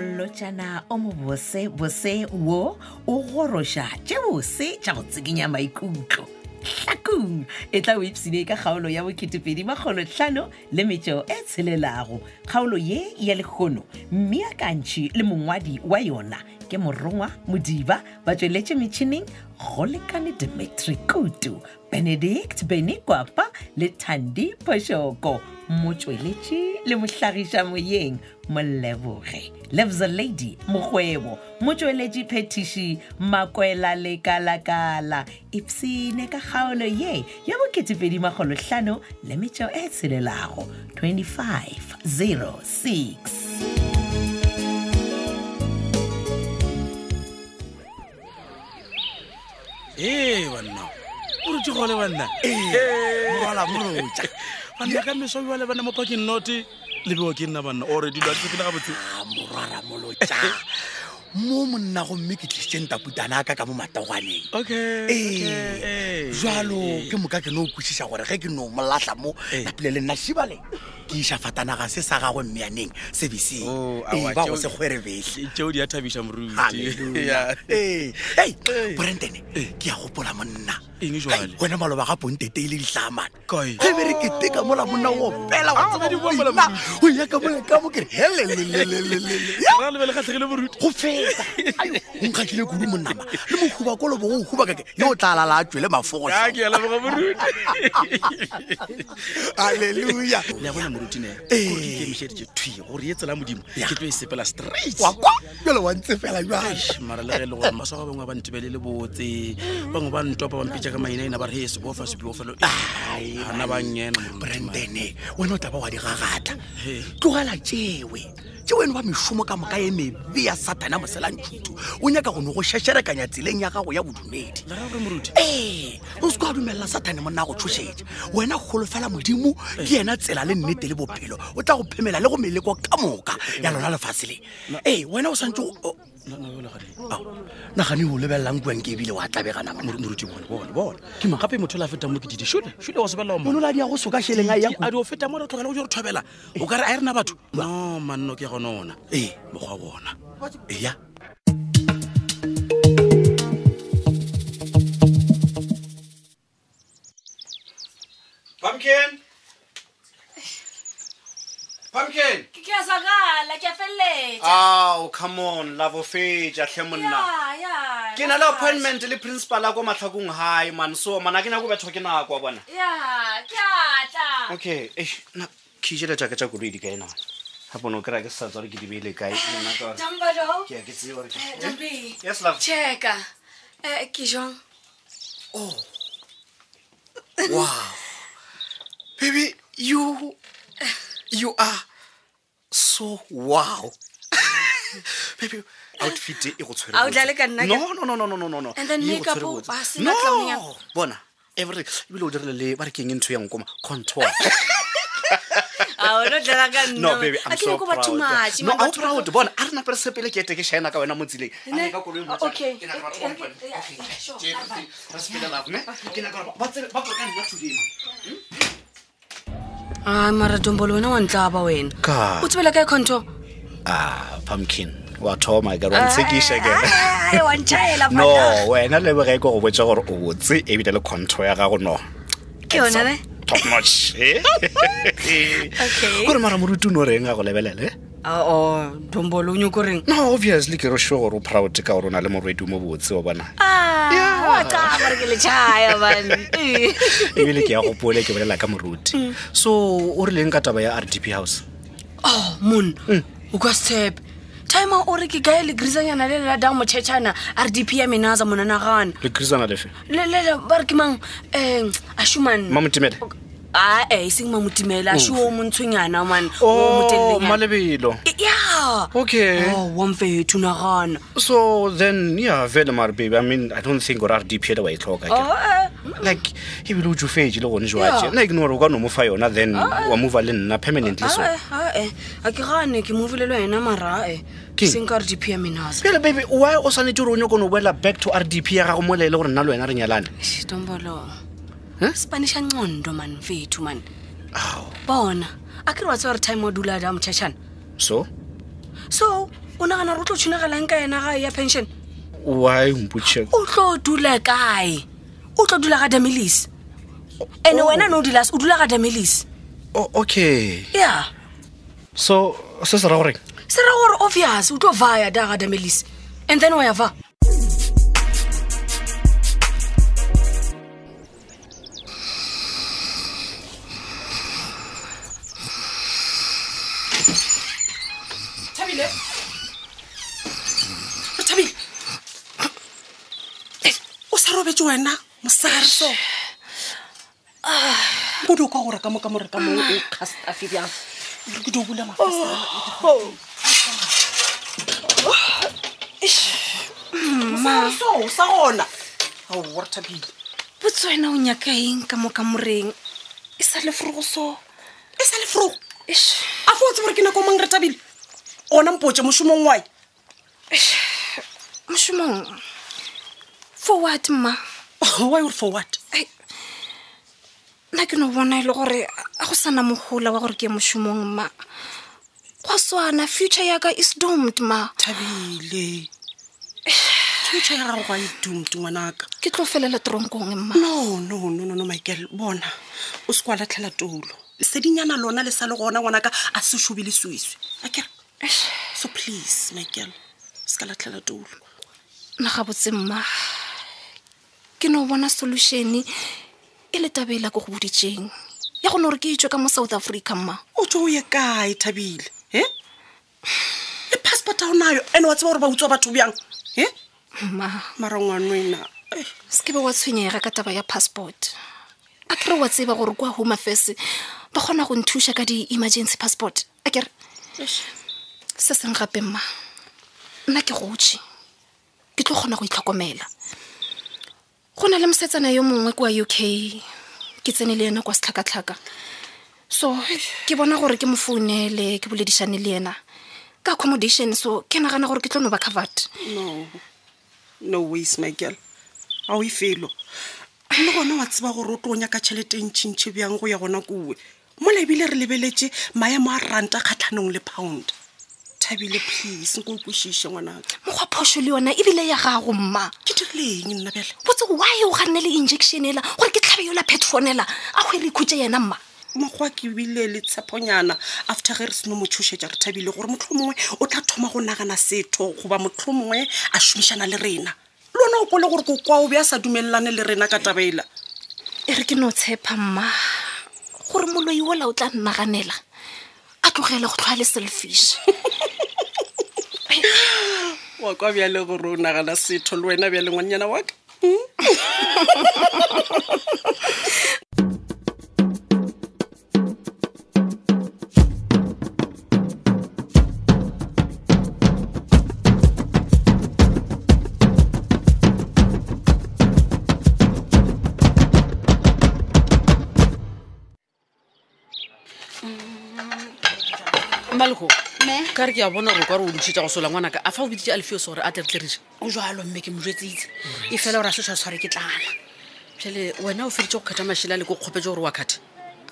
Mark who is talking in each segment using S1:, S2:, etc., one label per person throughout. S1: morena o mobose bose wo o goroša tše bose tša go tsekenya maikutlo hlakong e tla o ipsine ka kgaolo ya bo2edi magolotlhano le metšo e tshelelago kgaolo ye ya lekgono mmeakantšhi le mongwadi wa yona ke morongwa modiba ba tsweletše metšhineng go lekane dimitri kutu benedict benekwapa le thandi phošoko motsweletši le mohlagiša moyeng moleboge lebza lady mokgwebo motsweletši phetiši makwela lekalakala ipsene ka kgaolo ye ya bo2edimagolohlano le metšeo e tshelelago 2506
S2: ee banna o rutse gole banna Ee,
S3: morwala morotsa
S2: banna ka meso bjale banna mo parking not le bewa ke nna banna ore dilo a di fetela gabotse
S3: a Ah, morwala molotsa mo monna gomme ke tlisitseng taputana ka ka mo matagwaneng
S2: okay okay,
S3: ee
S2: eh,
S3: jalo
S2: eh,
S3: ke moka ke no kwešiša gore ge ke no molatlha mo
S2: Eh.
S3: napile le nna šibale ke iša fatanaga se sa gagwe mmeaneng sebeseng
S2: Oh, aowa,
S3: ee ba go
S2: tšeo-
S3: se kgwerebele
S2: eh, tšeo di a thabiša moruti
S3: Hallelujah. Ee. Hei,
S2: Eh.
S3: branden ke a gopola monna
S2: Eng E jwale?
S3: Hai, wena maloba ga e pontete ile ditlhamane
S2: Kae?
S3: ge bere ke teka mola monna o pela
S2: Ah, ba di bua mola
S3: wena
S2: moruti.
S3: o yaka mole ka mo kere helelelelelele
S2: ra lebele gatlhegile moruti
S3: go feta nkgatlhile kudu monnama le mohuba ko lebo o huba kake yo o tla lala a tswele mafogo
S2: a ke alaboga moruti
S3: halleluja
S2: le a bona moruti ne
S3: Eh.
S2: gore ke kemišeditše thuye gore ye tsela modimo
S3: Ya.
S2: ke tlo e sepela straight
S3: wa kwa jale wa ntse fela jale
S2: Eish, mara le ge le gore maswa ba bangwe ba ntebele le botse bangwe ba ntopa ba mpitša ka mainaina ba re he sebofa sebilofelo ana Ee, ba nnyena moruti
S3: brandene wena o taba wa di gagatla
S2: He.
S3: tlogela tšewe tšeweno ba mešomo ka moka ye mebe ya satana moselantšhutu o nyaka go ne go šešerekanya tseleng ya gago ya bodumedi
S2: le ra gore moruti
S3: ee o se ko a dumelela satane monna go tshošetša wena golofela modimo ke yena tsela le nnete le bophelo o tla go phemela le go meleko ka moka ya lona lefatshe le ee wena o santse
S2: Na- na yola gadi.
S3: nagane o lebelelang kuang ke ebile wa tlabegana
S2: Mor- moruti bone bone bone ke mang gape motho le a fetang mo ke didi šole šole wa sebelela
S3: mono la di ya go soka šheleng a e ya
S2: a di o feta mo re tlhokela go jo re thobela o kare a e rena batho no manno ke gone ona
S3: ee
S2: mokgwa bona
S3: eya
S4: Pumpkin! Pumpkin!
S5: ke ke a sagala ke a feleletsa
S4: Ow, come on, lavo feja hle monna. Ke na le appointment le principal a ko matlhakong hae man so man a ke nyako betho ke nako wa bona.
S5: ya ke atla
S4: Okay, eh na ke jela jaaka tsa koloi di kae na. Ha bona o kry-a ke sa tsa gore ke di beile kae nna ka gore-
S5: tambado
S4: Ke a ke tsebe gore ke-
S5: tambi
S4: 예, Yes love.
S5: checka um ke jang
S3: wow baby you you are so wow baby
S4: outfit e go tshwere
S5: A o
S4: botse.
S5: dlale ka nna ke-
S4: no no no no no no no no
S5: And then
S4: E go
S5: makeup
S4: tshwere
S5: o-
S4: botse.
S5: a sena clown ya-
S4: no bona every ebile o dirile le ba re ke eng e ntsho yang koma contour
S5: ao no dlala ka
S4: no baby i'm so
S5: ko ba
S4: proud
S5: too much
S4: no
S5: man,
S4: i'm
S5: batho ba-
S4: proud bona a re nape re sepele ke ete ke shina ka wena mo tseleng A
S5: Ne?
S4: re ka koloi mo
S5: Ah,
S4: tsa-
S5: okay.
S4: ke nyaka batho ba mpone.
S5: Yeah, yeah,
S4: Okay,
S5: yeah, sure.
S4: Jeff,
S5: Bye, bye.
S4: re sepele love, ne? Ke nyaka gore ba- ba tsebe- ba tle ka nna today, man.
S5: ai Ah, mara dombolo wena wa ntlaba wena
S4: Ka.
S5: o tsebela kae conto
S4: ah pumpkin wa thoma ke
S5: Ah,
S4: wa ntsekiša ke
S5: wanchaela
S4: no wena lebege ke go botsa gore o botse ebile le control ya gago no
S5: ke yona ne
S4: top notch eh?
S5: Okay.
S4: kore mara moruti o no reng a go lebelele
S5: oo dombolo o nyoko reng
S4: no obviously ke re sure gore o proud ka gore o na le morwedi mo botse o bona
S5: Ah, wa taba re ke le chaya bane
S4: ebile ke ya gopole ke bolela ka moruti so o rileng ka taba ya rdp house
S5: oh mon
S4: Eh.
S5: o ka setshepe time o re ke kae le grisanyana le lela dang motšhetšhana a re dp ya menaza monanagana
S4: le krisana lefe
S5: lelele ba re ke mang um a shuman
S4: mamotemele
S5: ae e seng
S4: Oh.
S5: mamotimela a shoo montshonyana mane
S4: o Oh, malebelo
S5: ya Oh,
S4: Okay.
S5: wamfethu nagana
S4: so then yeah vele mare baby i mean i don't think gore rdp ele wa e tlhoka
S5: Oh,
S4: ke.
S5: eh,
S4: like ebile o tsofetse le gone jwatse
S5: Yeah.
S4: nna ke ne gore o ka no mofa yona then
S3: Ah,
S4: wa mova le nna permanently so
S5: Ah, eh, ae a ke gane ke movilelo ena maraae
S4: Keng?
S5: seng eh. ka re dp ya menaza
S4: pele baby why o swanetse gore o nyako no boela back to rdp ya gago mola e le gore nna le wena re nyalane
S5: shitombolo
S4: Eh?
S5: spanish a ncondo mane fethu mane
S4: Ao.
S5: bona a ke re wa tsewa re time wa dula da motšhatšhana
S4: so
S5: so
S6: o nagana re o tlo tshwenegelang ka ena gae ya pension
S4: why mpotšhe
S6: o tlo dula kae o tlo dula ga damelis and wena no dilas o dula ga damelis
S4: Oh, okay
S6: ya
S4: so se se ra goreng
S6: se ra gore obvious o tlo vaya da ga damelis and then wa ya va thabile re thabile
S7: o sa robetse wena mosarso bodoka gore ka moka more ka mo o castafe bjang re ke do bula
S1: Oh,
S7: mafasela mosarso sa gona ao re thabile
S6: botse wena o nyaka eng ka moka moreng e sa le forogo so
S7: e sa leforogo
S6: Eish.
S7: a fo o tse gore ke
S1: e
S7: nako o mang re thabile ona mpotse mošomong wae
S6: mošomong forward mma
S1: Oh,
S7: wy ore for what
S6: Ai, nna ke no bona e le gore a go sana mogola wa gore ke ye mošomong mma go a swana future yaka is domed ma
S7: thabile future ya gago ga e dumte ngwanaka
S6: ke tlo felela tronkong mma
S7: no no no no no michael bona o se kwa latlhela toulo sedinyana lona le sa le gona ngwanaka a se shobile swiswe akere so please michael se ka latlhela toulo
S6: nna ga botse mma ke no bona solutione e le tabe e la ko go boditseng ya gone gore ke itswe ka mo south africa mma
S7: o tswe o ye kae thabile e le passport ao nayo and wa tseba gore ba utswa batho bjang e
S6: mma
S7: mara ngwanwena eh,
S6: se ke be wa tshwenyega ka taba ya passport a kere wa tseba gore kwa home affairs ba kgona go nthuša ka di-emergency passport a kere se seng gape mma nna ke gotse ke tlo kgona go itlhokomela go na le mosetsana yo mongwe kwa uk ke tsene le ena kwa setlhakatlhaka so ke bona gore ke mo founele ke boledišane le ena ka accommodation so ke nagana gore ke tlo no ba covered
S7: no no ways michael ga o e felo le gona wa tseba gore o tlo o nyaka tšhelete ntšhintšhe bjang go ya gona kuwe mola ebile re lebeletse maemo a ranta kgatlhanong le pound thabile please nko o kwešiše ngwanaka
S6: mokgwa phoso le yona ebile ya gago mma
S7: ke dirileng nna bjale
S6: botse why o ganne le injection ela gore ke tlhabe yola petronela a go e re ikhutse yena mma
S7: mokgwa ke bile le tsheponyana after ge re seno mo tshošetša re thabile gore motlho mongwe o tla thoma go nagana setho goba motlho mongwe a šomišana le rena le ona o kole gore ko kwa o be a sa dumelelane le rena ka tabaela
S6: e re ke no tshepa mma gore moloi ola o tla nnaganela a tlogele go tlhoa le selfish
S7: wa kwa bjale gore o nagana setho le wena bjale ngwannyana waka
S5: mmalego ka re ke a bona gore ka re o ntšhetsa go sola ngwanaka a fa o biditse alfeos gore a tle re tle ree
S7: o jalo mme ke mojwetsitse e fela gore a sešwa tshware ke tlala
S5: pšhele wena o feditse go kgatha mašhela le ko kgopetse gore wa kgatha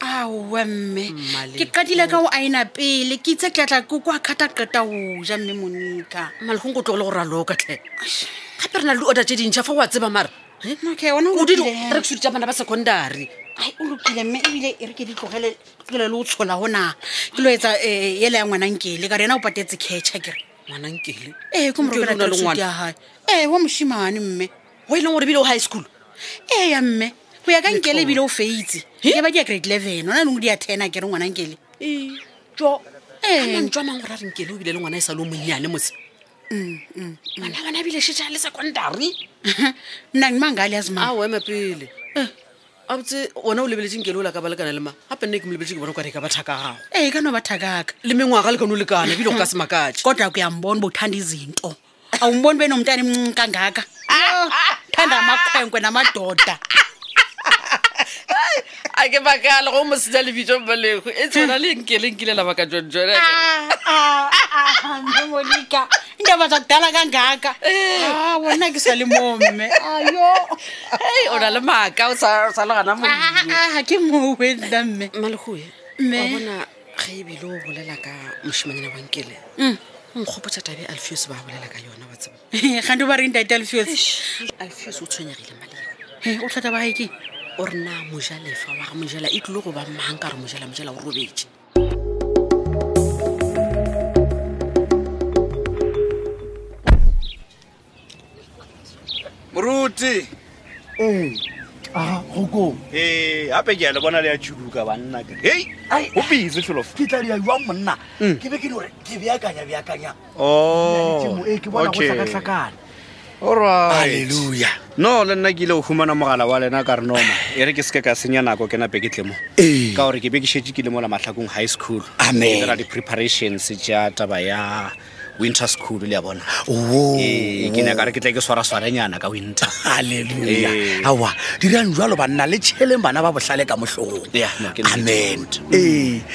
S7: aowa mme
S5: Mmaleko.
S7: ke qadile ka go aena pele ke itse ke atla ko kwa kgata qeta o ja mme monika
S5: mmalekong ko tlogele gore a lokatlhe gape re na le di-order tse dintšha fa o a tseba mara Eh?
S7: okay ona
S5: O di- re suditsa bana ba secondary
S7: ai o lokile mme ebile e re ke di tlogele tlogele le o tshola gona ke lo etsa um ele ya ngwanankele ka re ena o patetse catcha Eh, kere
S5: ngwanankele
S7: ee ko
S5: Ntho eno o na le ngwana.
S7: morokela gae ee wa moshimane Eh, mme
S5: o e leng gore ebile o high school
S7: ee Eh, ya mme go ya ka nkele ebile o feitse e ba di ya grade eleven ona neng di ya ten a kere ngwanankele
S5: jo
S7: ee
S5: antswa mang gore a renkele o bile le ngwana e sa le o monnyane motse ngwana wa bana ebile sheta le secondary
S7: mna ngimanga le Eh. yazima
S5: a oema pele a botse ona o lebeletseng kele o la ka ba lekana le ma gape nne ke mo lebeletse ke bona o ka re ka batha ka gago
S7: ee Eh, ka no bathakaka
S5: le mengwaga lekane o lekana ebile o ka semakatse
S7: kodwa kuyambona uba uthanda izinto awumboni benomntana emncinci kangaka thanda amakhwenkwe namadoda
S5: a ke bakala go mosenya lebitso mmalego e tshwana le nkelenkile labaka jonjone
S7: monika iindaba zakudala kangaka
S1: Eh.
S7: wona ke sale momme ayo
S5: o na le maaka o sa o sa le gana mo
S7: Ah, ke mowe nna mme
S5: mmalegoe wa
S7: Mme. Mm.
S5: bona ga ebile o bolela ka moshimanyana wankele
S6: nkgopotsa tabe alfios ba bolela ka yona wa tseba
S7: gante Eh, ba reng tate alfios
S6: alfios o tshwenyegile maleo
S7: Eh, o tlhata bae ke
S6: o re na mojalefa wa ga mojala e tlile go ba mang ka re mojala mojala o robetse
S4: moruti
S3: a goko
S4: ee gape ke a le bona le ya tšhuduka banna ka hei
S3: Ai.
S4: o busy felof
S3: ke tla dia jwang monna ke be ke di gore ke beakanya beakanya
S4: Oh,
S3: temo e ke bona go tlhakatlhakana halleluja
S4: no le nna ke ile go humana mogala wa lena ka re noma e re ke seke ka senya nako ke nape ke tlemo
S3: Ee.
S4: ka gore ke be ke šetse ke le mola matlhakong high school
S3: Amen.
S4: Ke dira di-preparations ja taba ya winter school le ya bona
S3: Wo,
S4: ee Eh, e ke nyaka re ke tle ke swaraswarenyana ka winter
S3: halleluja
S4: Ee.
S3: aa dirang jalo banna le tšheleng bana ba botlhale ka motlhogong
S4: Yeah, no, ke nnete,
S3: amen Eh.
S4: good.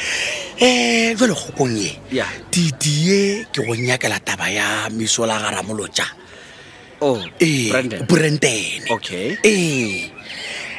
S3: ee um jale kgokong e
S4: Yeah.
S3: tidie ke go nyakela taba ya mesola Eh, garamoloja
S4: oh
S3: ee
S4: Brandon.
S3: branden
S4: okay
S3: ee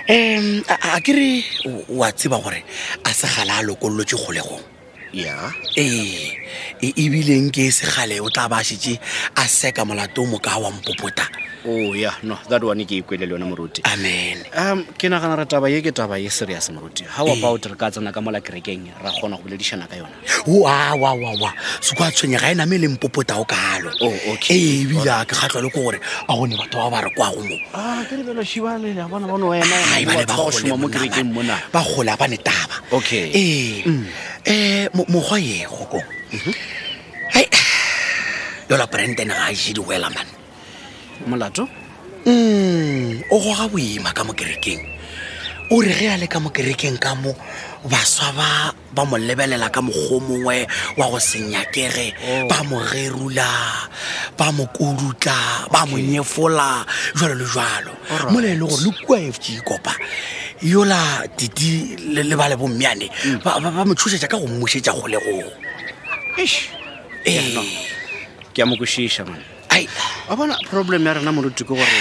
S3: um a kere wa tseba gore a segale a lokololotse kgolegong
S4: yeah
S3: ee e- ebileng ke segale o tla ba šetse a seka molato mo ka wa mpopota
S4: oh yeah no that one ke ikwele le yona moruti
S3: amen
S4: um ke nagana re taba ye ke taba ye serious moruti how
S3: Ee.
S4: about re ka tsena ka mola kerekeng ra kgona go boledišana ka yona
S3: wawawawa se kwa tshwenyega e name e leng popota o kalo
S4: Oh, okay.
S3: ee ebile a ke kgatlwa le ko gore a gone batho ba ba re kwa go mo
S4: Ah, ke lebelo shibane a bona bone
S3: Ai, bane ba gole
S4: mo
S3: monna
S4: kerekeng
S3: bane.
S4: mona
S3: ba gole a bane taba
S4: Okay.
S3: ee um mokgwa ye goko hai yola branden ga a je diwela mane
S4: molato
S3: mm o goga boima ka mokerekeng o re ge a le ka mokerekeng ka mo baswa ba ba mo lebelela ka mokgwa o mongwe wa go senyakege ba mo gerula ba mo kodutla ba mo nyefola jalo le jalo mola e le gore le kua fg kopa yola didi le le ba le bommeane ba ba- ba mo thusetša ka go mmušetša kgolegong ee
S4: ke a mo kwešiša mane
S3: ai
S4: a bona problem ya rena moruti ke gore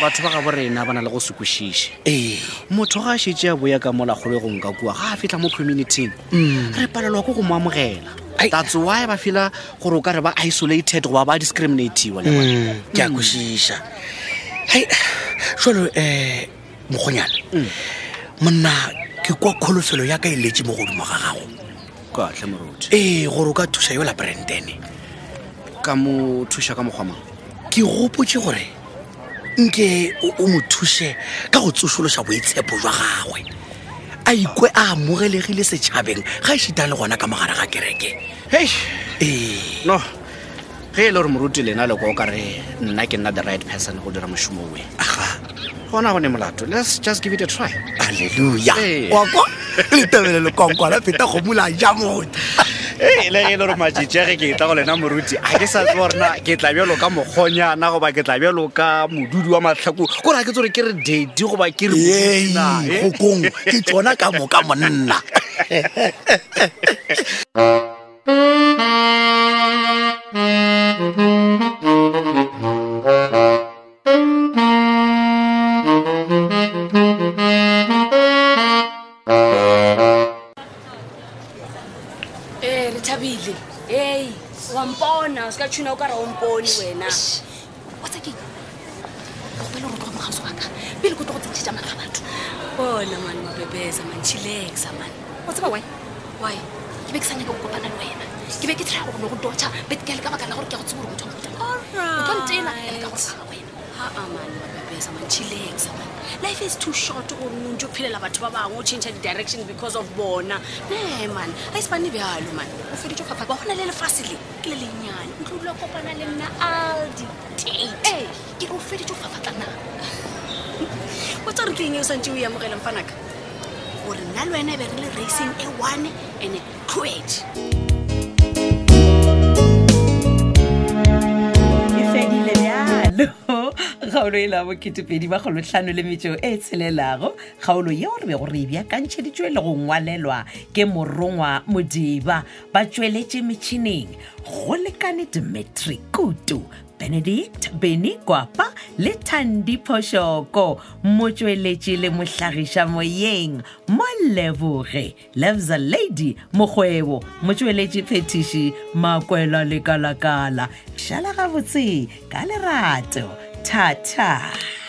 S4: batho ba ga borena ba na le go se kwešiše
S3: ee
S4: motho ga a šetse a boya ka molakgolegong ka kua ga a fitlha mo communityng re palelwa ko go mo amogela
S3: Ai.
S4: that's why ba fela gore o ka re ba isolated goba ba discriminatiwa le bona.
S3: Mm, ke a kwešiša hai jalo um mokgonyana monna ke kwa kgolofelo ya ka e letse mo godimo ga gago
S4: katlhe moruti
S3: ee gore o ka thusa yola branden
S4: ka mo thuša ka mokgwa mang
S3: ke gopotse gore nke o- o mo thuse ka go tsosolosa boitshepo jwa gagwe a ikwe a amogelegile setšhabeng ga e šitang le gona ka mogare ga kereke
S4: hei
S3: ee
S4: no ge e le gore moruti lena le kwa o kare nna ke nna the right person go dira mošomo oe
S3: aga
S4: gona gone molato let's just give it a try
S3: alleluja
S4: Ee.
S3: wa kwa letebele lekonkwana feta gomola ja motho
S4: Hey, le e le gore matšitšege ke tla go lena moruti a ke sa tlo gorena ke tla bjalo ka mokgonyana goba ke tla bjalo ka modudi wa matlhako kore ga ke tsore ke re dadi goba ke re
S3: Yei,
S4: modudi na, eh?
S3: kgokong ke tsona ka moka monna
S8: ee Eh, le thabile ei wa mpona o se ka tshuna o ka ra o mpone wena
S5: watsakeng gopele gore kwa mogaso waka pele ko to go tsentšhetša maga batho
S8: bona mane mabebesa mantšhilexa mane
S5: wa tseba wy wy ke be ke sa nyaka go kopana le wena ke be ke tlhaa gore le go dotšha bet ke le ka baka la gore ke a go tsebo gore motho a mofuta mang. o tlo ntena ele ka gore ga wena
S8: aa mane mabebesa mantšhilexa mane life is too short gore o ntse o phelela batho ba bangwe o change di-directions because of bona ne mane a isepane bjalo mane o feditse fapa ba gona le lefase le ke le lennyane o tlodula kopana le nna all the date
S5: ee ke re o feditse o fafatlana
S8: o tsa re ke eng e o santse o e amogelang fanaka gore nna le wena e be re le racing e one and cruage
S1: e fedile bjalo kgaolo e la bokeepedi magolotlhano le metšeo e tshelelago kgaolo yeo re be gore e bjakantšheditšwe le go ngwalelwa ke morongwa modiba ba tšweletše metšhineng go lekane dimetri kutu benedict beny kwapa le thandiphošoko motsweletši le mohlagiša moyeng mo leboge levza lady mokgwebo motsweletši phetiši makwela lekalakala šala gabotse ka lerato thata